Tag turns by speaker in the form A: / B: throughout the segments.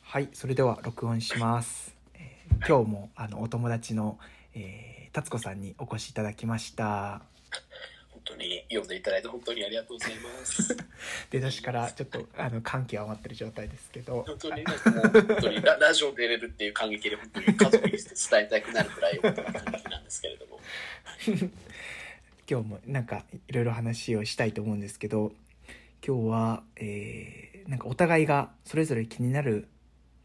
A: はい、それでは録音します。えー今日もあのお友達の、えー、達子さんにお越しいただきました。
B: 本当に読んでいただいて本当にありがとうございます。
A: 出だしからちょっとあの感極まってる状態ですけど、
B: 本当になんかもう本当にララジオ出れるっていう感激で本当に家族に伝えたくなるくらい本当に感激なんですけれども。
A: 今日もなんかいろいろ話をしたいと思うんですけど、今日は、えーなんかお互いがそれぞれ気になる、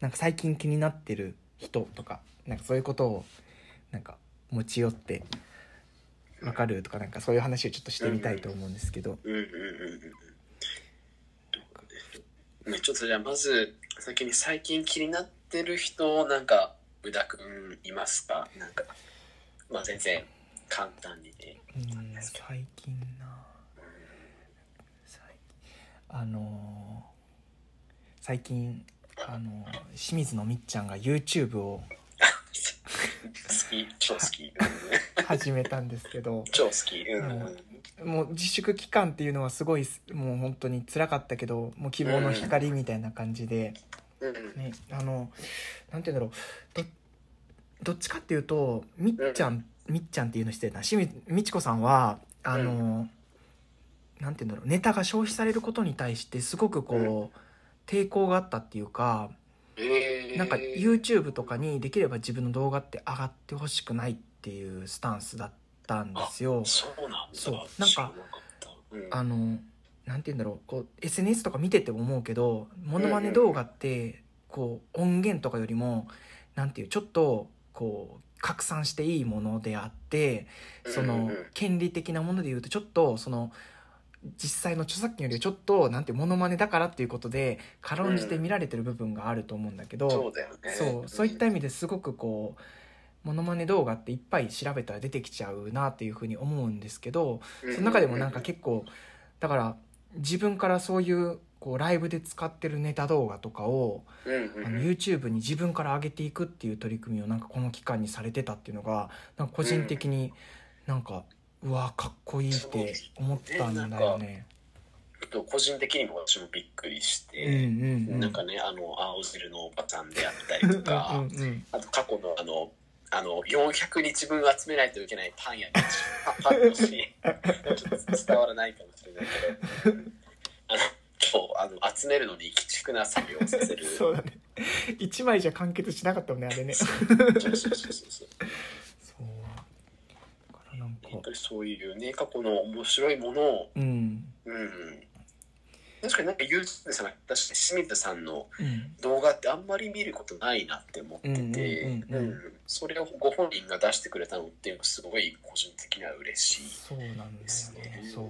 A: なんか最近気になってる人とか、なんかそういうことをなんか持ち寄ってわかるとかなんかそういう話をちょっとしてみたいと思うんですけど、
B: うんうんうんうんうん。ちょっとじゃあまず先に最近気になってる人なんか宇田くんいますかなんかまあ全然簡単にね。
A: うん最近な最あのー最近あのー清水のみっちゃんが YouTube を
B: 好き超好き。
A: 始めたんですけど
B: 超好き。うんうんうん。
A: もう自粛期間っていうのはすごいもう本当に辛かったけどもう希望の光みたいな感じで、
B: うんうん
A: ね、あのなんて言うんだろうどどっちかっていうとみっちゃん、みっちゃんっていうの失礼だなしみみちこさんはあの、
B: う
A: なんて言うんだろうネタが消費されることに対してすごくこう、抵抗があったっていうか
B: えー
A: なんか YouTube とかにできれば自分の動画って上がってほしくないっていうスタンスだったんですよ。
B: そうなんだ。
A: そうなんか
B: 知らったうん
A: あのなんて言うんだろうこう SNS とか見てて思うけどモノマネ動画ってこう音源とかよりもなんていうちょっとこう拡散していいものであってそ
B: うんう
A: の
B: んうん
A: 権利的なもので言うとちょっとその実際の著作権よりはちょっとなんていうモノマネだからっていうことで軽んじて見られてる部分があると思うんだけど、
B: そうだよね。
A: そうそういった意味ですごくこうモノマネ動画っていっぱい調べたら出てきちゃうなっていうふうに思うんですけどその中でもなんか結構だから自分からそういうこうライブで使ってるネタ動画とかを
B: 構、うんうん
A: あの YouTube に自分から上げていくっていう取り組みをなんかこの期間にされてたっていうのがなんか個人的になんかうわかっこいいって思ったんだよね。
B: 個人的にも私もびっくりし
A: うんう
B: て、
A: んうん
B: なんかねあの青汁のおばさんであったりとか、
A: うんうんうん
B: あと過去のあのあの400日分集めないといけないパン屋にパンのシーンちょっと伝わらないかもしれないけどあの今日あの集めるのに鬼畜な作業をさせる
A: そうだね一枚じゃ完結しなかったもんねあれね。そ
B: そうそうそうそう
A: うだからなん
B: やっぱ
A: か
B: りそういうね過去の面白いものを
A: うん
B: うん確かになんか YouTube さんが出して清水さんの
A: うん
B: 動画ってあんまり見ることないなって思ってて、
A: うんうんうんうん
B: うんそれをご本人が出してくれたのっていうのはすごい個人的には嬉しい
A: そうなんだよ
B: ですね
A: ね。そう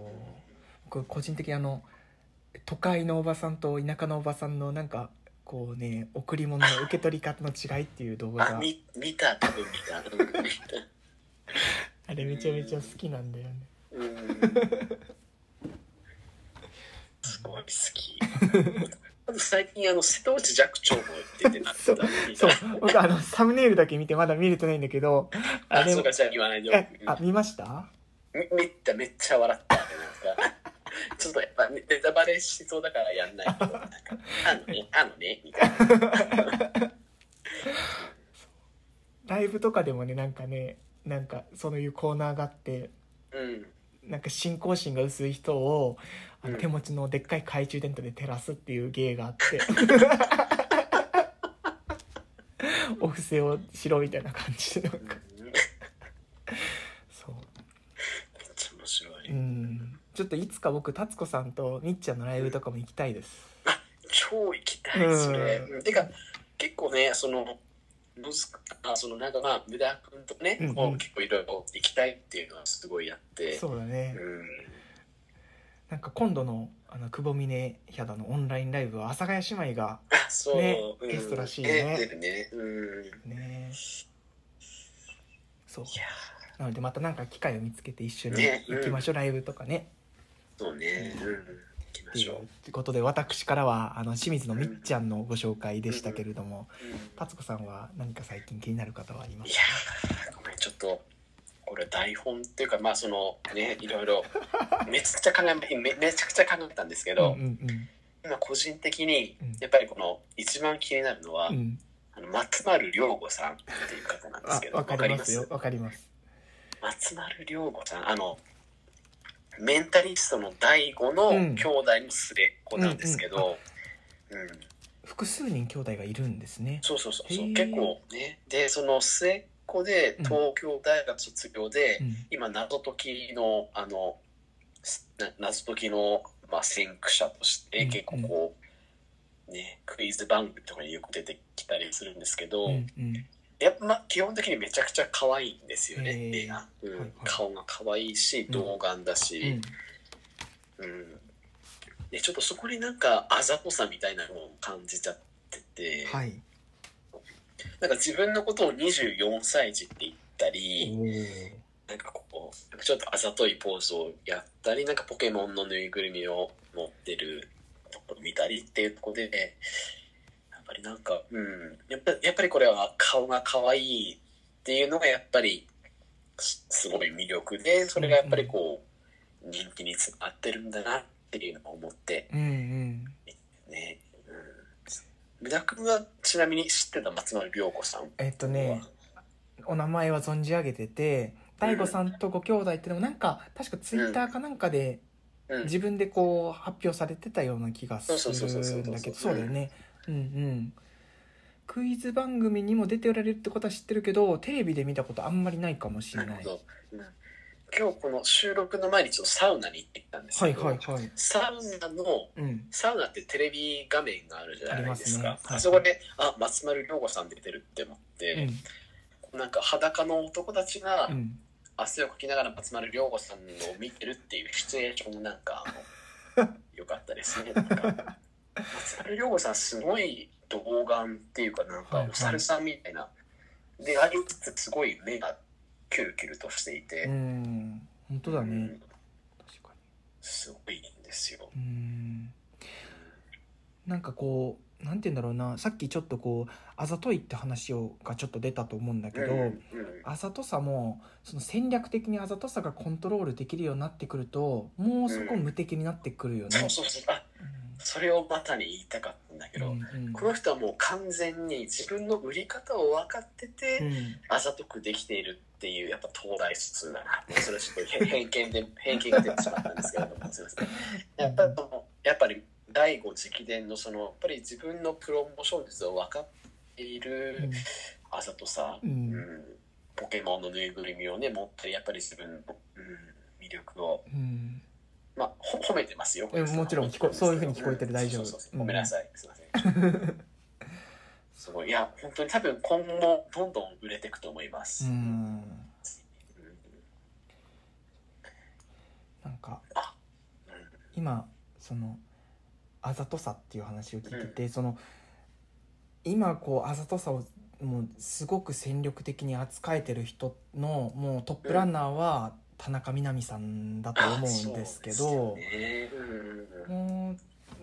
A: 僕個人的にあの都会のおばさんと田舎のおばさんのなんかこうね贈り物の受け取り方の違いっていう動画
B: あ
A: が
B: 見見た多分見たうん見た
A: あれめちゃめちゃ好きなんだよね
B: うんすごい好 きあと最近あの瀬戸内寂聴も出てなかった見
A: そう
B: た
A: 僕あのサムネイルだけ見てまだ見れてないんだけどあ
B: あ
A: れ
B: そうかじゃあ言わないで
A: えあ見ました
B: み見ためっちゃ笑ったなんか ちょっとやっぱネタバレしそうだからやんないけどなんかあ のねあのねみたいな
A: ライブとかでもねなんかねなんかそういうコーナーがあって
B: うん
A: なんか信仰心が薄い人をあの
B: うん
A: 手持ちのでっかい懐中電灯で照らすっていう芸があって お布施をしろみたいな感じでなん
B: うん
A: か
B: めっ
A: そう
B: ちゃ面白い、
A: うんちょっといつか僕達子さんとみっちゃんのライブとかも行きたいです
B: 超行きたいそれ、
A: う
B: てか結構ねそのむずあそのなんかまあ無駄君とね、
A: うんうん
B: こう結構いろいろ行きたいっていうのはすごいあって
A: そうだね
B: うん
A: なんか今度のあの久保峰ヒのオンラインライブは阿佐ヶ谷姉妹が
B: あそう、
A: ね
B: うん
A: ゲストらしいね
B: 出てるねうんい
A: ねそう
B: や
A: なのでまたなんか機会を見つけて一緒に
B: ね
A: 行きましょうライブとかね
B: そうねうん行きま
A: とい
B: し
A: う
B: ょ
A: ことで私からはあの清水のみっちゃんのご紹介でしたけれども
B: う、うん
A: 達子さんは何か最近気になる方はありま
B: い
A: す
B: やーごめんちょっとこれ台本っていうかまあそのねいろいろめちゃくちゃ考えめめちゃくちゃ考えたんですけ
A: か
B: ど、
A: うんうん
B: 今個人的に
A: うん
B: やっぱりこの一番気になるのは、
A: うん、
B: あの松丸亮吾さんっていう方なんです
A: あ
B: け、ど
A: わかりますよ
B: わ。
A: わかります。
B: 松丸亮吾さんあのメンタリストの第五の
A: うん
B: 兄弟の末っ子なんですけど、うん
A: 複数人兄弟がいるんですね。
B: そうそうそうそ
A: へ
B: う
A: ー
B: 結構ねでその末っ子で東京大学卒業で、
A: うん、
B: 今謎解きのあのすな謎解きの、まあ、先駆者として、
A: うん
B: 結構こうねクイズ番組とかによく出てきたりするんですけど、
A: うん、うん、
B: やっぱ、まあ、基本的にめちゃくちゃ可愛いんですよね、
A: へー
B: 映画、うん
A: はいはい
B: 顔が可愛いし
A: ん
B: 童顔だ
A: う
B: し
A: ん、、
B: うんでちょっとそこになんかあざとさみたいなのを感じちゃってて、
A: はい。
B: なんか自分のことを24歳児って言ったり、
A: おー
B: なんかこう、なんかちょっとあざといポーズをやったり、なんかポケモンのぬいぐるみを持ってるところ見たりっていうところで、やっぱりなんか、うん、やっぱやっぱりこれは顔が可愛いっていうのがやっぱりすすごい魅力で、それがやっぱりこう、人気につながってるんだなっていうのを思って
A: うん、うん。
B: ね。うん無駄君はちなみに知ってた松丸亮子さん
A: えっとね、お名前は存じ上げてて大悟さんとご兄弟ってのもなんか確かツイッターかなんかで
B: うん、
A: 自分でこう発表されてたような気がする
B: そうそうそうそうん
A: だけど
B: そ
A: そう
B: そうそう
A: うだよねうんうんクイズ番組にも出ておられるってことは知ってるけどテレビで見たことあんまりないかもしれ
B: なる
A: ない
B: ほど。今日この収録の前にちょっとサウナに行ってきたんです
A: は
B: け
A: い
B: ど、
A: はいはい
B: サウナの
A: うん
B: サウナってテレビ画面があるじゃないです
A: あ
B: か。
A: りますねはい
B: そこで、あ、松丸亮吾さん出てるって思って、
A: う
B: なんか裸の男たちが
A: んうん
B: 汗をかきながら松丸亮吾さんを見てるっていうシチュエーションもなんか、あの 良かったですね。なんか松丸亮吾さんすごい童顔っていうか、なん
A: はい
B: か
A: はい
B: お猿さんみたいな。で、ありつつすごい目がキュルキュルとしていて、
A: うん本当だ
B: う
A: ね
B: ん
A: 確か
B: すごいんですよ。
A: にうんなんかこうなんて言うんだろうなさっきちょっとこうあざといって話をがちょっと出たと思うんだけど、
B: うんうん
A: あざとさもその戦略的にあざとさがコントロールできるようになってくるともうそこ無敵になってくるよね。
B: そうそうそうあそれをまたに言いたかったんだけ
A: うん
B: ど、
A: うん
B: この人はもう完全に自分の売り方を分かってて、
A: うん
B: あざとくできているっていうやっぱ東大卒だなってそれはちょっと偏見で偏見が出てしまったんです けれどもすいませんやっぱりそのやっぱり第五直伝のそのやっぱり自分のプロモーション術を分かっているあざとさ、
A: う
B: うん
A: ん
B: ポケモンのぬいぐるみをね持ってやっぱり自分の、うん、魅力を
A: うん
B: まあ、ほ褒めてますよ。
A: えもちろん聞こそういうふうに聞こえてる大丈夫
B: そうそうそう
A: うん
B: ごめんなさい。すいません。すごい。いや、本当に多分今後もどんどん売れていくと思います。
A: う
B: うん
A: んなんか今そのあざとさっていう話を聞いてて、その今こうあざとさをもうすごく戦力的に扱えてる人のもうトップランナーは田中みな実さんだと思うんですけど。
B: あそうですよねうんうんうん
A: もう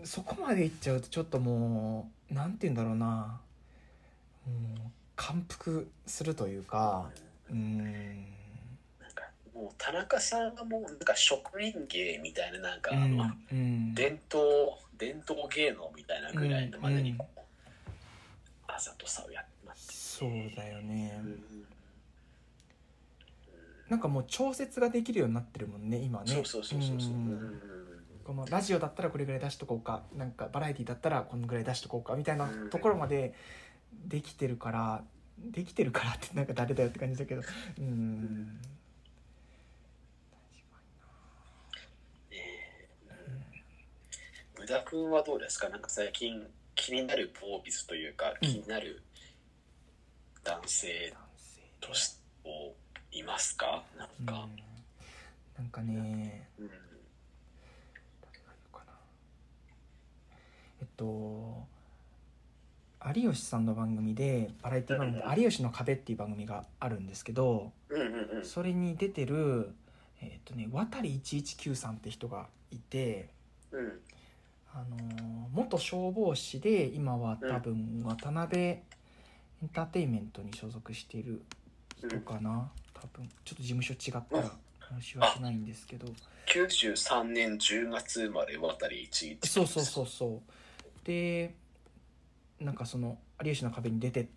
A: そこまでいっちゃうとちょっともうなんて言うんだろうなもう感服するというかうーん
B: なんかもう田中さんがもうなんか職人芸みたいななんか、
A: う
B: あの
A: んうん
B: 伝統伝統芸能みたいなぐらいのまでにこう、あざとさをやってます。
A: そうだよね
B: うん
A: なんかもう調節ができるようになってるもんね今ね
B: そうそうそうそうそう。
A: う
B: うんんうんうん
A: このラジオだったらこれぐらい出しとこうかなんかバラエティだったらこのぐらい出しとこうかみたいなところまでできてるからできてるからってなんか誰だよって感じだけどうん
B: ブダ君はどうですかなんか最近気になるポービズというか
A: うん
B: 気になる男性
A: 男性
B: としてをいますかなんか、
A: うん、なんかね
B: うん
A: 誰がいるかなえっと有吉さんの番組でバラエティ番組で
B: うん
A: 「有吉の壁」っていう番組があるんですけど
B: うんうんうん
A: それに出てるえっとね渡119さんって人がいて
B: うん
A: あのー元消防士で今は多分渡辺エンターテインメントに所属している人かな多分ちょっと事務所違ったら申し訳ないんですけど
B: 93年10月生まれ渡り一一
A: そうそうそうそうでなんかその「有吉の壁」に出て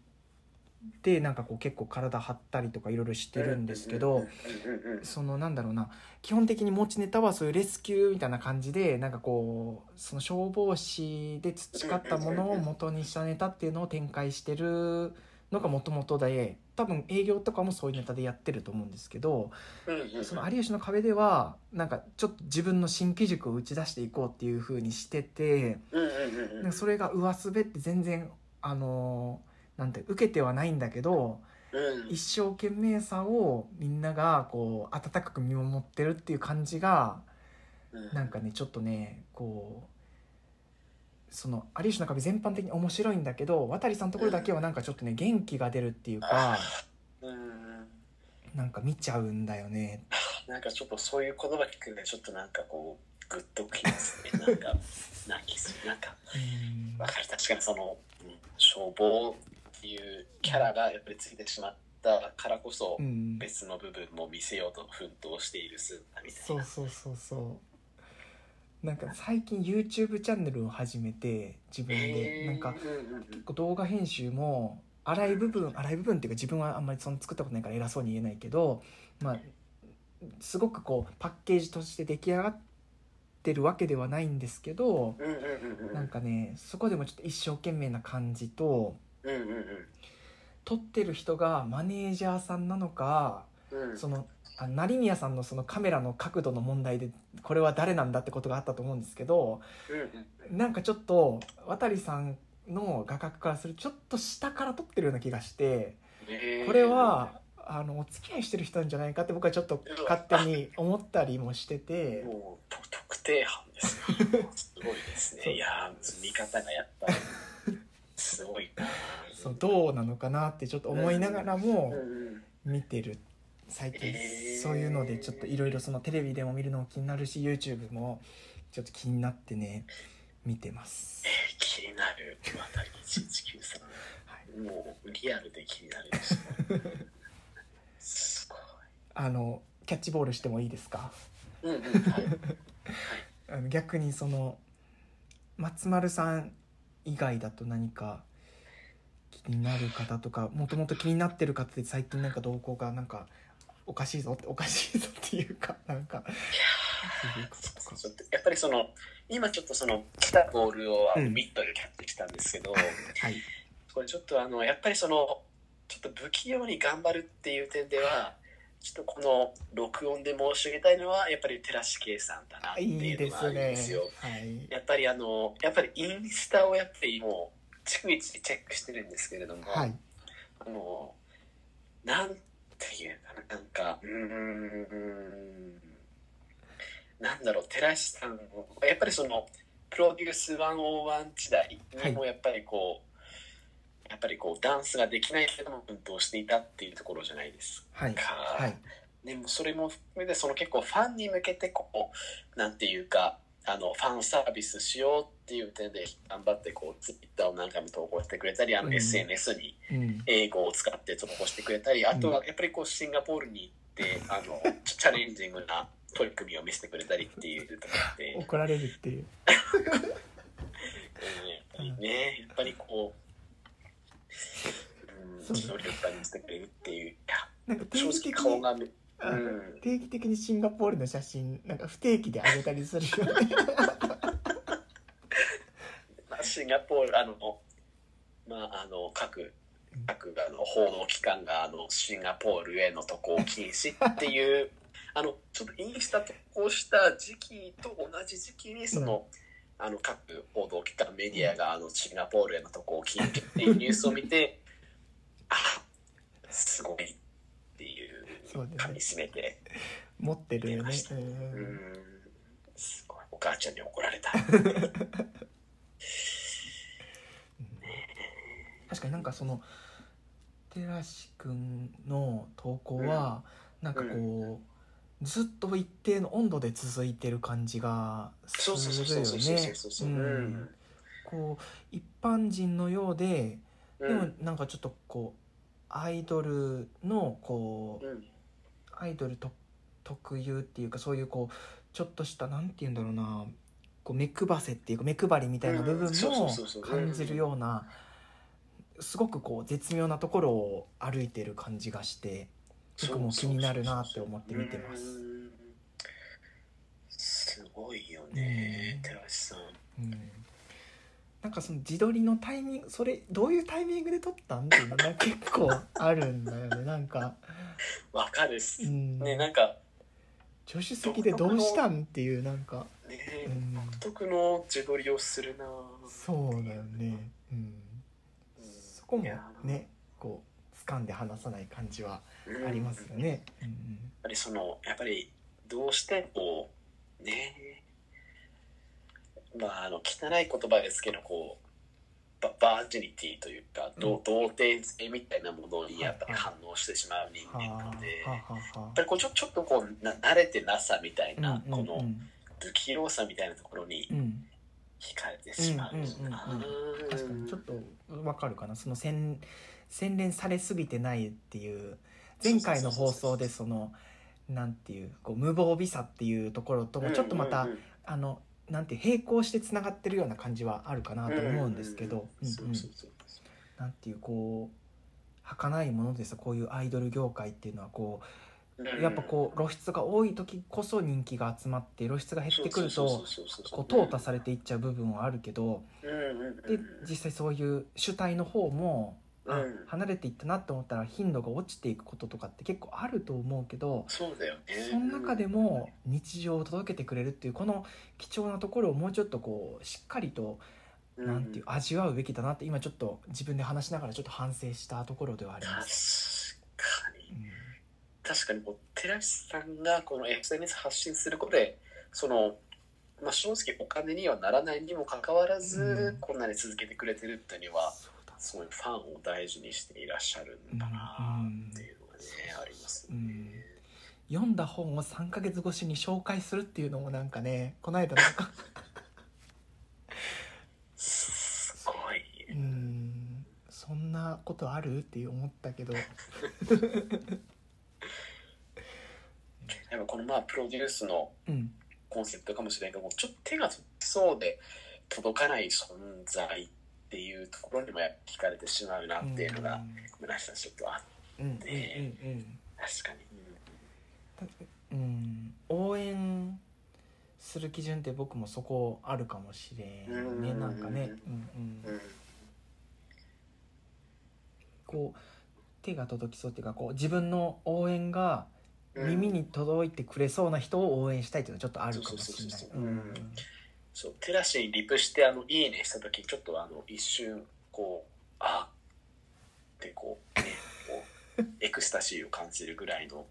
A: でなんかこう結構体張ったりとかいろいろしてるんですけど、
B: うんうんうんうんうん
A: そのなんだろうな基本的に持ちネタはそういうレスキューみたいな感じでなんかこうその消防士で培ったものを元にしたネタっていうのを展開してるのがもともとで多分営業とかもそういうネタでやってると思うんですけど
B: うんうんうん
A: その有吉の壁ではなんかちょっと自分の新機軸を打ち出していこうっていう風にしてて
B: うんうんうんうん
A: なんかそれが上滑って全然あのーなんて受けてはないんだけど
B: うん
A: 一生懸命さをみんながこう温かく見守ってるっていう感じが
B: うん
A: なんかねちょっとねこうその有吉の壁全般的に面白いんだけど渡さんのところだけはなんかちょっとね元気が出るっていうか
B: うんうん
A: なんか見ちゃうんだよね
B: なんかちょっとそういう言葉聞くんでちょっとなんかこうグッときますねな んか泣きすなんか
A: うん
B: わかる確かにその、うん消防っていうキャラがやっぱりついてしまったからこそ、
A: うん
B: 別の部分も見せようと奮闘しているスーパーみたいな
A: そうそうそうそうなんか最近 YouTube チャンネルを始めて自分で
B: へー
A: なんか
B: うんうんうん
A: 動画編集も荒い部分荒い部分っていうか自分はあんまりその作ったことないから偉そうに言えないけどまあすごくこうパッケージとして出来上がってるわけではないんですけど
B: うんうんうんうん
A: なんかねそこでもちょっと一生懸命な感じと
B: うんうんうん
A: 撮ってる人がマネージャーさんなのか
B: うん
A: そのあ成宮さんのそのカメラの角度の問題でこれは誰なんだってことがあったと思うんですけど
B: うんうん
A: なんかちょっと渡さんの画角からするとちょっと下から撮ってるような気がして
B: へー
A: これはあのお付き合いしてる人なんじゃないかって僕はちょっと勝手に思ったりもしてて
B: もうと特定班ですよすごい です
A: そう
B: ねいやー見方がやっぱりすごいな
A: そうどうなのかなってちょっと思いながらも
B: うんうん
A: 見てる最近
B: えー
A: そういうのでちょっといろいろそのテレビでも見るのも気になるし YouTube もちょっと気になってね見てます。
B: 気になる渡り119さん、
A: は
B: もうリアルで気になるですねすごい
A: あのキャッチボールしてもいいですか
B: うんうんはい
A: あの逆にその松丸さん以外だと何か気になる方とかもともと気になってる方で最近なんか動向がなんかおかしいぞっておかしいぞっていうかなんかそういうこととか
B: ちょっとやっぱりその今ちょっとその来たボールをあの
A: うん
B: ミットでキャッチしたんですけど、
A: はい
B: これちょっとあのやっぱりそのちょっと不器用に頑張るっていう点ではちょっとこの録音で申し上げたいのはやっぱり寺師圭さんだなって
A: いい
B: いう
A: で
B: のがあ
A: す
B: るん
A: ね
B: ですよ。
A: はい
B: やっぱりあのやっぱりインスタをやっぱりもう逐一チェックしてるんですけれども、
A: はい
B: あのなんていうかななんかうーんなんだろう寺師さんもやっぱりそのプロデュース101時代にもやっぱりこう、やっぱりこうダンスができないけども奮闘していたっていうところじゃないです
A: はい
B: か、
A: はい
B: でもそれも含めてその結構ファンに向けてこうなんていうかあのファンサービスしようっていう点で頑張ってこうツイッターを何回も投稿してくれたりあ
A: う
B: の
A: ん
B: SNS に
A: うん
B: 英語を使って投稿してくれたりあとはやっぱりこうシンガポールに行ってあのチチャレンジングな取り組みを見せてくれたりっていうところ で、
A: 怒られるっていう
B: うんやっぱりねやっぱりこう、うん、
A: そう
B: 努力家にしてくれるっていういや
A: なん か定
B: 正
A: 期的
B: 直顔
A: に
B: がめ
A: あ
B: うん
A: 定期的にシンガポールの写真なんか不定期であげたりするよね
B: まあ、シンガポールあのまああの各各あの報道機関があのシンガポールへの渡航禁止っていう あのちょっとインスタ投稿した時期と同じ時期にその、あの各報道機関メディアがあのシンガポールへの渡航禁止っていうニュースを見て あすごいっていう
A: そうだ
B: 噛
A: ね
B: み締めて
A: 持ってるよねう
B: うんんすごいお母ちゃんに怒られた
A: 確かになんかその寺師くんの投稿は、なんかこう、ずっと一定の温度で続いてる感じがす
B: そうそうそう
A: る
B: そう
A: よ
B: そう
A: ね
B: そう
A: う
B: そう、
A: ん。こう一般人のようで
B: う
A: で
B: ん
A: もなんかちょっとこうアイドルのこう
B: うん
A: アイドルと特有っていうかそういうこうちょっとしたなんて言うんだろうなこう目配せっていうか目配りみたいな部分
B: うんそうそう
A: も
B: そうそう
A: 感じるようなすごくこう絶妙なところを歩いてる感じがして僕も気になるなって思って見てます
B: うんすごいよね、寺橋さん。
A: うんなんかその自撮りのタイミングそれどういうタイミングで撮ったんっていうの が結構あるんだよねなんか、
B: わかるっす
A: う。ん、
B: ね、なんか、
A: 助手席でどうしたんっていうなんか、
B: ね
A: う、ん、
B: 独特の自撮りをするな
A: そうだよね、うん、
B: うん
A: そこも
B: いや
A: ねこう掴んで離さない感じは
B: うん
A: ありますよね、うん
B: やっぱりその、やっぱり、どうして、こう、ねまあ、あの、汚い言葉ですけど、こう、ババージニティというか、どう童貞性みたいなものにやっぱり反応してしまう人
A: はあ
B: 間なので、
A: は
B: やっ
A: あはあは
B: ぱりこうちょちょっとこうな慣れてなさみたい
A: あ
B: な、
A: うんうん
B: この不器用さみたいなところに
A: うんうん
B: 惹かれてしまうな、
A: うんうん確かにちょっとわかるかなその洗洗練されすぎてないっていう前回の放送でそのなんていうこう無防備さっていうところともちょっとまた、
B: うんうんうん
A: あのなんて並行してつながってるような感じはあるかなと思うんですけど、
B: うん
A: うん
B: そううんそうそう
A: なんていうこう儚いものですこういうアイドル業界っていうのはこうやっぱこう露出が多い時こそ人気が集まって露出が減ってくるとこう淘汰されていっちゃう部分はあるけどで
B: で
A: 実際そういう主体の方もあ
B: うん
A: 離れていったなと思ったら頻度が落ちていくこととかって結構あると思うけど
B: そうだよね
A: その中でも日常を届けてくれるっていうこの貴重なところをもうちょっとこうしっかりと
B: うん
A: なんていう味わうべきだなって今ちょっと自分で話しながらちょっと反省したところではあり
B: 確
A: ます。
B: か
A: う
B: に
A: ん
B: 確かにもう寺師さんがこの SNS 発信することでそのまあ正直お金にはならないにもかかわらず
A: うん
B: こんなに続けてくれてるっていうのは
A: そうだ
B: すごいファンを大事にしていらっしゃるんだなっていうのがねあります
A: う
B: ね
A: ん読んだ本を3ヶ月越しに紹介するっていうのもなんかねこの間なん か
B: すごいう
A: ーんそんなことあるって思ったけど
B: やっぱこのまあプロデュースの
A: うん
B: コンセプトかもしれないけどもうちょっと手が届きそうで届かない存在っていうところにもやっぱ惹かれてしまうなっていうのが村下さんちょっとあ
A: うんうん
B: ね
A: うんうん
B: 確かに、
A: うんうん応援する基準って僕もそこあるかもしれんね
B: うん
A: なんかねうんうん
B: うん
A: こう手が届きそうっていうかこう自分の応援が耳に届いてくれそうな人を応援したいっていうのはちょっとあるかもしれない
B: そう
A: う
B: そうそうそうんそうテラシにリプしてあの「いいね」した時ちょっとあの一瞬こう「あってこうねこうエクスタシーを感じるぐらい の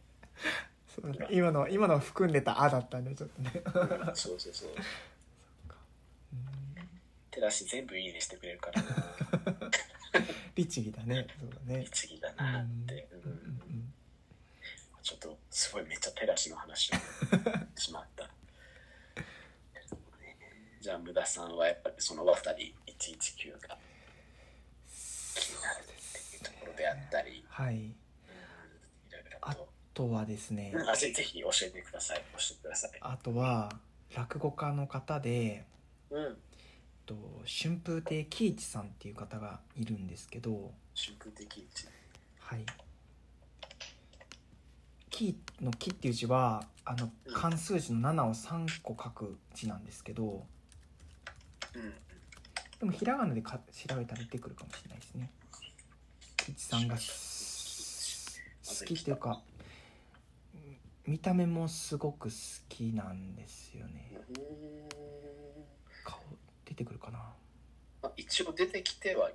A: そうだね今の今の含んでた「あ」だったんでちょっとね
B: そうそうそうテラシ全部「いいね」してくれるから
A: 律儀だねそうだね
B: 律儀だなって、
A: うん
B: う
A: うんん
B: ちょっとすごいめっちゃテラシの話をしまった。じゃあ、無駄さんはやっぱりその渡り119が
A: そうです
B: ところであったり、
A: はい
B: うんいろいろと。
A: あとはですね
B: あぜぜひ教えてください。教えてください。
A: あとは落語家の方で
B: うん。
A: えっと春風亭喜一さんっていう方がいるんですけど
B: 春風的位置。
A: はい「喜」の「喜」っていう字はあの
B: うん
A: 漢数字の7を3個書く字なんですけど
B: うん。
A: でもひらがなでか調べたら出てくるかもしれないですね。キッチさんがす好きっていうかうん見た目もすごく好きなんですよね。
B: うん
A: 顔出てくるかな。
B: まあ、一応出てきては、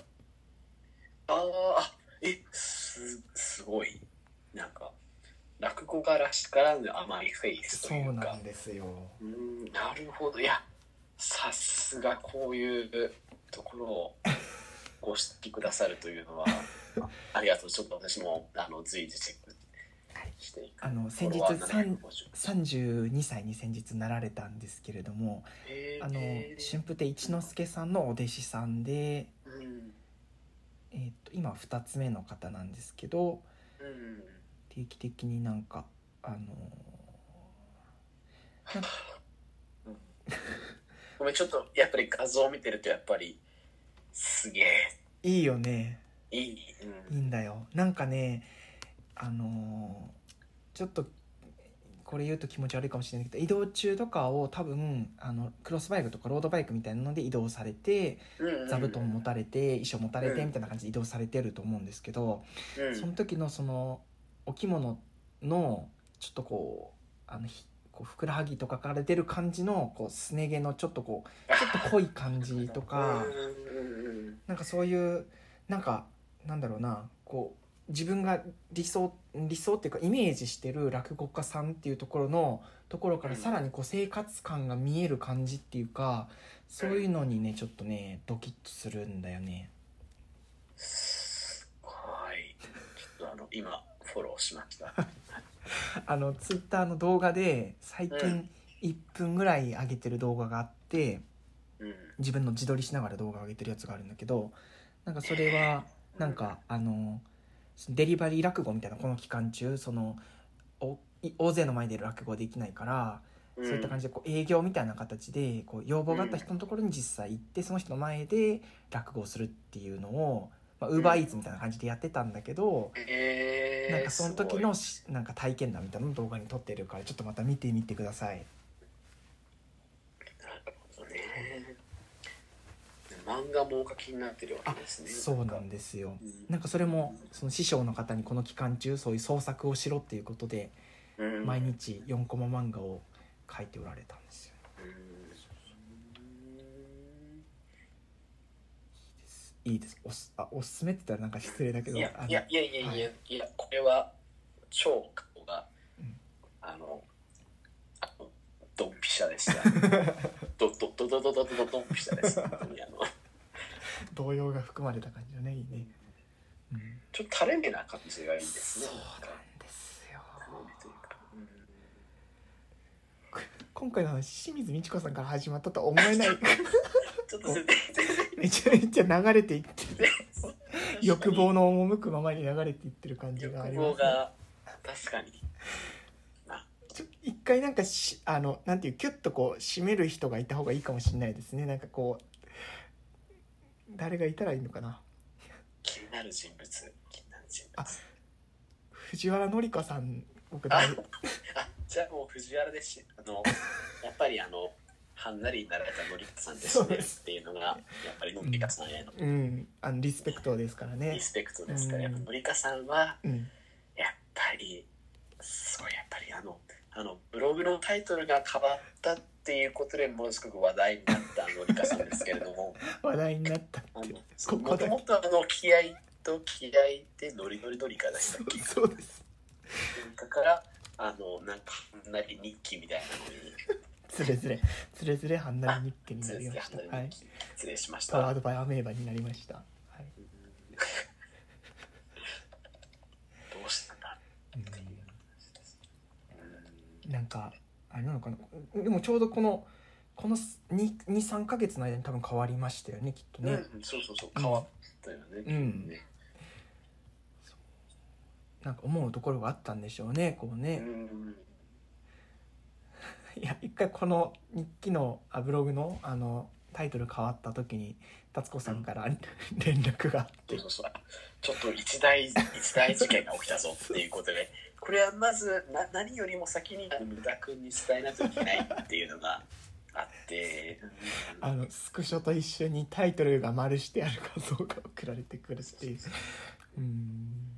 B: あーあ、え、す、すごい。なんか、落語家らしからぬ甘いフェイスと
A: そ
B: いううか。
A: なんですよ。
B: うーんなるほどいやさすがこういうところをご指摘くださるという のはありがとうちょっと私もあの随時チェックしていく
A: あの先日
B: フォロワー
A: 三
B: 750
A: 三十二歳に先日なられたんですけれども、
B: えー
A: あの
B: えー
A: 春風亭一之輔さんのお弟子さんで、
B: うん
A: えー、と今二つ目の方なんですけど、
B: うん
A: 定期的になんかあの
B: ごめん、ちょっと、やっぱり画像を見てると、やっぱり、すげえ、
A: いいよね
B: いい、う
A: いい
B: ん。
A: んだよなんかねあのーちょっとこれ言うと気持ち悪いかもしれないけど移動中とかを多分あのクロスバイクとかロードバイクみたいなので移動されて
B: うんうん
A: 座布団持たれて衣装持たれて
B: うん
A: みたいな感じで移動されてると思うんですけど
B: うん
A: その時のそのお着物のちょっとこうあのひこうふくらはぎとかから出る感じのこうすね毛のちょっとこう ちょっと濃い感じとか。
B: うんうんうん
A: なんかそういうなんかなんだろうなこう自分が理想理想っていうかイメージしてる落語家さんっていうところのところから
B: うん
A: さらにこう生活感が見える感じっていうかそういうのにねちょっとねドキッとするんだよね
B: すごい。ちょっとあの、今、フォローしました。
A: あのツイッターの動画で最
B: う
A: 近1分ぐらい上げてる動画があって
B: うん。
A: 自分の自撮りしながら動画上げてるやつがあるんだけどなんかそれはなんかあのデリバリー落語みたいなこの期間中そのおい大勢の前で落語できないから、
B: うん、
A: そういった感じでこう営業みたいな形でこう要望があった人のところに実際行って、その人の前で落語をするっていうのをウーバーイーツみたいな感じでやってたんだけど、
B: えー、
A: なんかその時のしなんか体験談みたいなのを動画に撮ってるからちょっとまた見てみてください。
B: すごいなるほどね漫画もお書きになってるわけですね
A: そうなんですよ
B: うん
A: なんかそれもその師匠の方にこの期間中そういう創作をしろっていうことで
B: うん
A: 毎日4コマ漫画を書いておられたんですよ
B: うん
A: いいですおすあおすすめって言ったらなんか失礼だけど
B: いや
A: あの
B: いやいやいやいや,、い、やこれは超過去が、
A: うん
B: あのあのドンピシャ でしたドドドドドドドドンピシャです本当にあの
A: 動揺が含まれた感じのねいいね、うん、
B: ちょっと垂れ目な感じがいいですね
A: そうなん
B: なんか
A: ですよ
B: 垂れ目というかうん
A: 今回の話清水美智子さんから始まったとは思えない
B: ちょっと全然全然
A: めちゃめちゃ流れていって欲望の赴くままに流れていってる感じ
B: 欲
A: がありま
B: 望
A: すね
B: が確かに
A: ちょ一回なんかしあのなんていうキュッとこう締める人がいた方がいいかもしれないですねなんかこう誰がいたらいいのかな
B: 気になる人物気になる人物
A: あ藤原紀香さん僕大
B: あじゃあもう藤原ですしあ のやっぱりあのはんなりになられたのりかさんです
A: そう
B: ね
A: で
B: っ
A: す
B: ていうのがやっぱりのりかさんへの
A: うんあのリスペクトですからね
B: リスペクトですから、
A: うん
B: やっぱのりかさんは
A: うん
B: やっぱりすごいやっぱりあのあのブログのタイトルが変わったっていうことでものすごく話題になったのりかさんですけれども
A: 話題になったっ
B: あ
A: て
B: の
A: ここ
B: も
A: だ
B: と
A: け
B: もとあの気合と気合でノリノリノリかでしたっけ
A: そうです
B: だからあのなんかはんなり日記みたいな
A: つれずれつれずれはんなり日記にな
B: のに
A: りましたはい
B: 失礼しました
A: パワードバイアメーバになりましたはい、
B: どうしたんだ
A: うん、なんかあれなのかなでもちょうどこのこの23ヶ月の間に多分変わりましたよねきっとね、
B: うん、そうそうそう変わったよね、
A: うん
B: ね
A: なんか思うところがあったんでしょうねこう
B: う
A: ね、
B: ん
A: いや一回この日記のあブログのあのタイトル変わった時に達子さんから 連絡があって
B: そうそうそうちょっと一大一大事件が起きたぞっていうことでこれはまずな何よりも先にあの無駄君に伝えなきゃいけないっていうのがあって、うん
A: あのスクショと一緒にタイトルが丸してある画像が送られてくるっていううん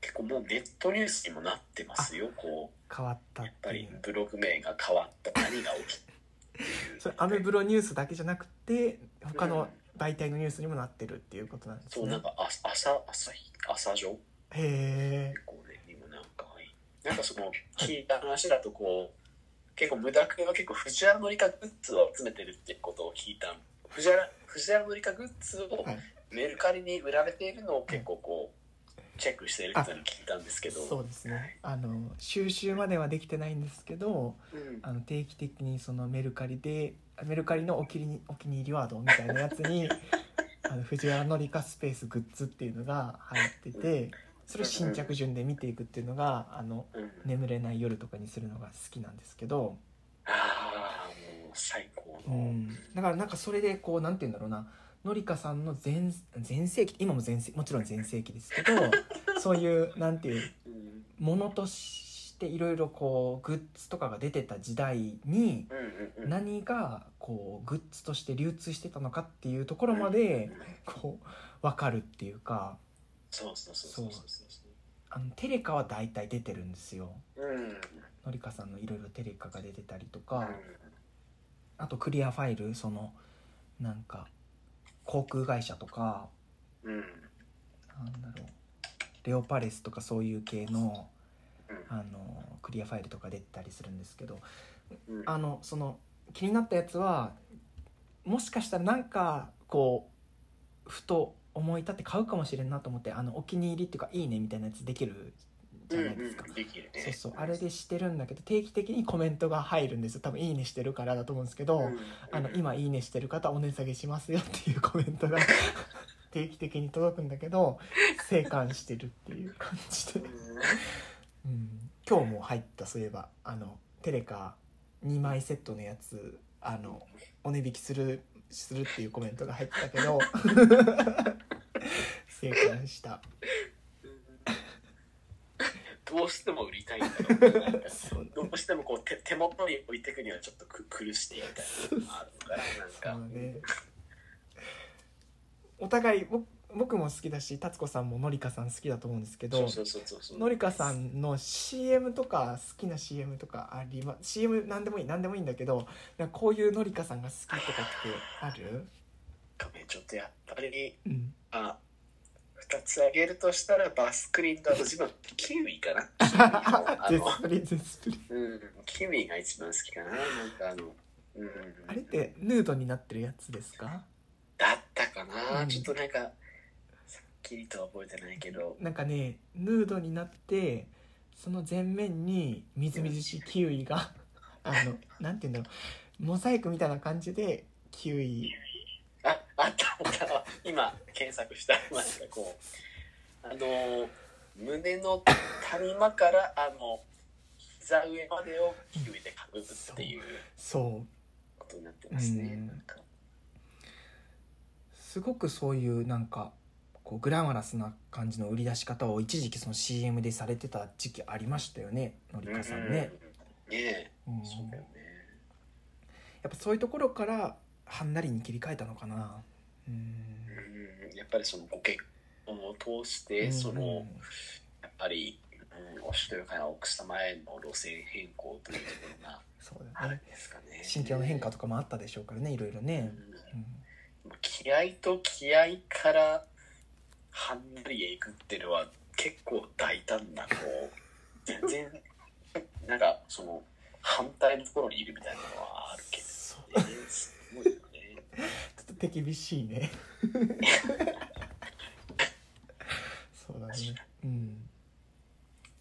B: 結構もうネットニュースにもなってますよこう
A: 変わったっ
B: やってぱ
A: い
B: り
A: う
B: ブログ名が変わった何が起きた
A: それアメブロニュースだけじゃなくて他の媒体のニュースにもなってるっていうことなんです
B: そうな
A: ね
B: んかあ朝朝日朝情
A: へえ
B: 結構ねにもなんかはいなんかその聞いた話だとこう結構無駄君は結構藤原紀香グッズを集めてるってことを聞いた藤原藤原紀香グッズを
A: はい
B: メルカリに売られているのを結構こうチェックしている人に聞いたんですけど
A: そうですねあの収集まではできてないんですけど
B: うん
A: あの定期的にそのメルカリであメルカリのお気にお気に入りワードみたいなやつに あの藤原紀香スペースグッズっていうのが入っててそれを新着順で見ていくっていうのがあの
B: うん
A: 眠れない夜とかにするのが好きなんですけど
B: 最高
A: う
B: の、
A: ん、だからなんかそれでこうなんて言うんだろうなのりかさんの全全盛期今も全盛もちろん全盛期ですけどそういうなんていう
B: うん
A: ものとしていろいろこうグッズとかが出てた時代に
B: うんうんうん、
A: 何がこうグッズとして流通してたのかっていうところまでこう分かるっていうか
B: そうそうそうそうそうそう
A: あのテレカは大体出てるんですよ。
B: そううん、うん
A: のりかさんのいろいろテレカが出てたりとか。あとクリアファイルそのなんか航空会社とか
B: う
A: な
B: ん
A: んだろうレオパレスとかそういう系の
B: うん
A: あのクリアファイルとか出てたりするんですけど
B: うん
A: あのその気になったやつはもしかしたらなんかこうふと思い立って買うかもしれんなと思ってあのお気に入りっていうかいいねみたいなやつできるじゃないですか。
B: うんうん、できるね
A: そうそうあれでしてるんだけど定期的にコメントが入るんですよ多分「いいね」してるからだと思うんですけど、
B: うん
A: あの、今いいねしてる方お値下げしますよっていうコメントが 定期的に届くんだけど、生還してるっていう感じ
B: う
A: で。
B: ん
A: うん。今日も入った、そういえば、あの、テレカ2枚セットのやつ、あの、お値引きする、するっていうコメントが入ってたけど、 生還した。
B: どうしても売りたいんだろうなんか
A: そう
B: どうしてもこう手手元に置いてくにはちょっとく苦しいみたいなのがあるからなんか
A: そうね。お互い、僕僕も好きだし、達子さんものりかさん好きだと思うんですけど、
B: そうそうそうそうそう
A: のりかさんの CM とか好きな CM とかあります CM なんでもいいなんでもいいんだけどなんかこういうのりかさんが好きとかってある、
B: なんかねちょっとやっぱり
A: うん、
B: あ二つあげるとしたらバスクリンとあと自分はキウイかな あ
A: ゼ
B: の
A: スプリゼスプリ
B: うんキウイが一番好きかななんかあのうん
A: あれってヌードになってるやつですか
B: だったかな、
A: うん
B: ちょっとなんかさっきりとは覚えてないけど
A: なんかねヌードになってその前面にみずみずしいキウイがあのなんて言うんだろうモザイクみたいな感じでキウイ
B: ああったあった今検索したなんかこうあのー胸の谷間からあの膝上までをキウイでかぶっていう
A: そう
B: ことになってますね、
A: うん
B: なんか
A: すごくそういうなんかこうグラマラスな感じの売り出し方を一時期その CM でされてた時期ありましたよねのりかさんね、
B: うんね
A: うん
B: えそうだよね
A: やっぱそういうところからはんなりに切り替えたのかなうん
B: うんやっぱりそのご結婚を通してその、やっぱり、うん、おしとやかな奥様への路線変更というところが
A: そう
B: あ
A: だ
B: る
A: ね
B: んですかね。
A: 心境の変化とかもあったでしょうからねいろいろ
B: う
A: ね、
B: ん
A: うん
B: 気合と気合からはんなりへ行くっていうのは結構大胆なこう全然 なんかその反対のところにいるみたいなのはあるけ
A: そう
B: どねすごいよね
A: ちょっと手厳しいね そうだねうん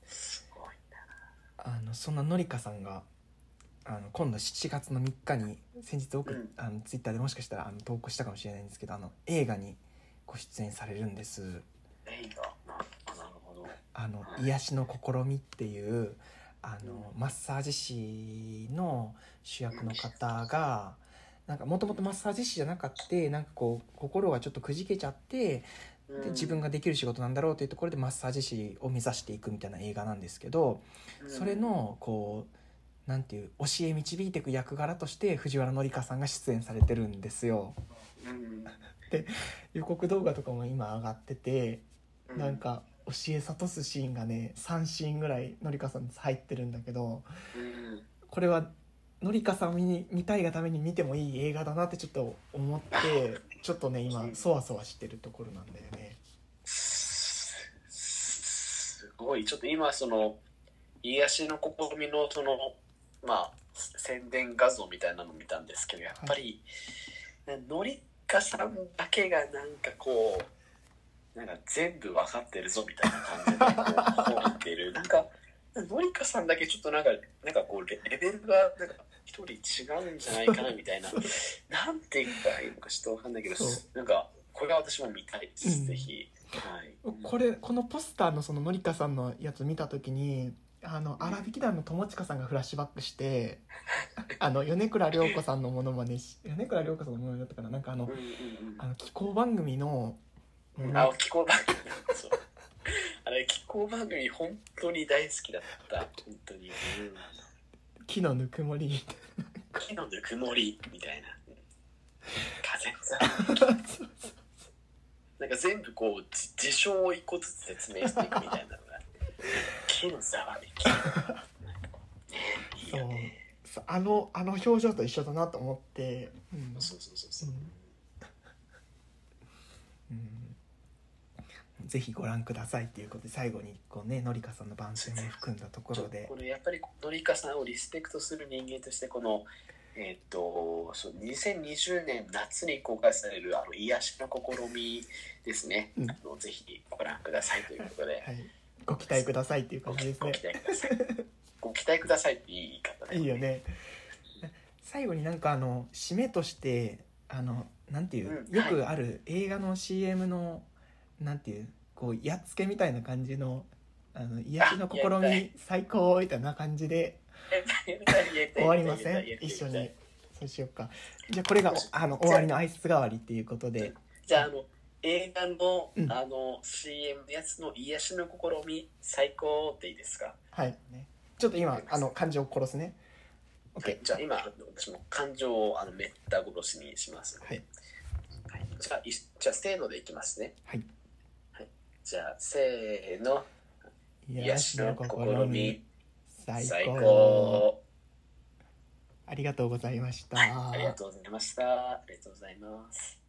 B: すごい
A: あのそんなのりかさんがあの今度7月の3日に先日僕、
B: うん
A: あのツイッターでもしかしたらあの投稿したかもしれないんですけどあの映画にご出演されるんです
B: 映画なあなるほど
A: 「あの
B: はい
A: 癒しの試み」っていうあのマッサージ師の主役の方がなんかもともとマッサージ師じゃなかってなんかこう心がちょっとくじけちゃってで自分
B: が
A: ができる仕事なんだろうというところでマッサージ師を目指していくみたいな映画なんですけど。それのこうなんていう教え導いていく役柄として藤原紀香さんが出演されてるんですよ
B: うん
A: 予告動画とかも今上がってて、
B: うん
A: なんか教え諭すシーンがね3シーンぐらい紀香さん入ってるんだけど
B: うん
A: これは紀香さんを見に見たいがために見てもいい映画だなってちょっと思 ってちょっとね今そわそわしてるところなんだよね。
B: すすごいちょっと今その癒しの試みのそのまあ宣伝画像みたいなの見たんですけどやっぱり、のりかさんだけがなんかこうなんか全部わかってるぞみたいな感じでこうこう見て るなんかのりかさんだけちょっとなんかなんかこうレレベルがなんか一人違うんじゃないかなみ たいななんて言ったらいいのかちょっとわかんないけど
A: そう
B: なんかこれは私も見たいです、
A: うん
B: ぜひ。はい、
A: これこのポスターのその紀香さんのやつ見た時にあの荒引き団の友近さんがフラッシュバック してあの米倉涼子さんのものまねし米倉涼子さんのものまねだったかななんかあの
B: うん
A: あの気候番組の
B: うんうん。あ、気候番組。そう。あれ、気候番組、本当に大好きだった。本当に。うん
A: 木のぬくもり
B: 木のぬくもりみたいなうん風のさなんか全部こうじ事象を一個ずつ説明していくみたいなの が木のざわめきなんかねいいよね
A: そうあのあの表情と一緒だなと思って、うん
B: そうそうそうそう、
A: うんぜひご覧くださいっていうことで最後にこうねのりかさんの番宣を含んだとこ
B: ちょ
A: ろ
B: っと
A: で
B: これやっぱりのりかさんをリスペクトする人間としてこのえーっとそう2020年夏に公開されるあの癒しの試みですね、
A: うん
B: あのぜひご覧くださいということで
A: はい、ご期待くださいっていう
B: ご
A: 感じ
B: 期
A: です
B: ご
A: ね
B: 期待ください。ご期待くださいっていい言い方ね。
A: いい よね最後になんかあの締めとしてあのなんていう
B: うん
A: よくある映画の CM のなんていうこうやっつけみたいな感じのあの癒しの試
B: あやりた
A: み最高みたいな感じで
B: 言えた。言えた
A: 終わりませ
B: 言え
A: ん
B: た言えた
A: 一緒
B: 言え
A: に
B: た
A: そうしようかじゃあこれがあの終わりの挨拶代わりっていうことで
B: じゃあ、あの、映画の、
A: うん
B: あの、CM のやつの癒しの試み、最高でいいですか
A: はいちょっと今あの感情を殺すね OK
B: はいじゃあ、今、あの私も感情を、あの、めった殺しにします。
A: はい。
B: はい、じゃあ、いじゃあ、せーのでいきますね。
A: はい。
B: はい。じゃあ、せーの。
A: 癒しの試み最
B: 最
A: 高
B: 高。
A: ありがとうございました、
B: はい。ありがとうございました。ありがとうございます。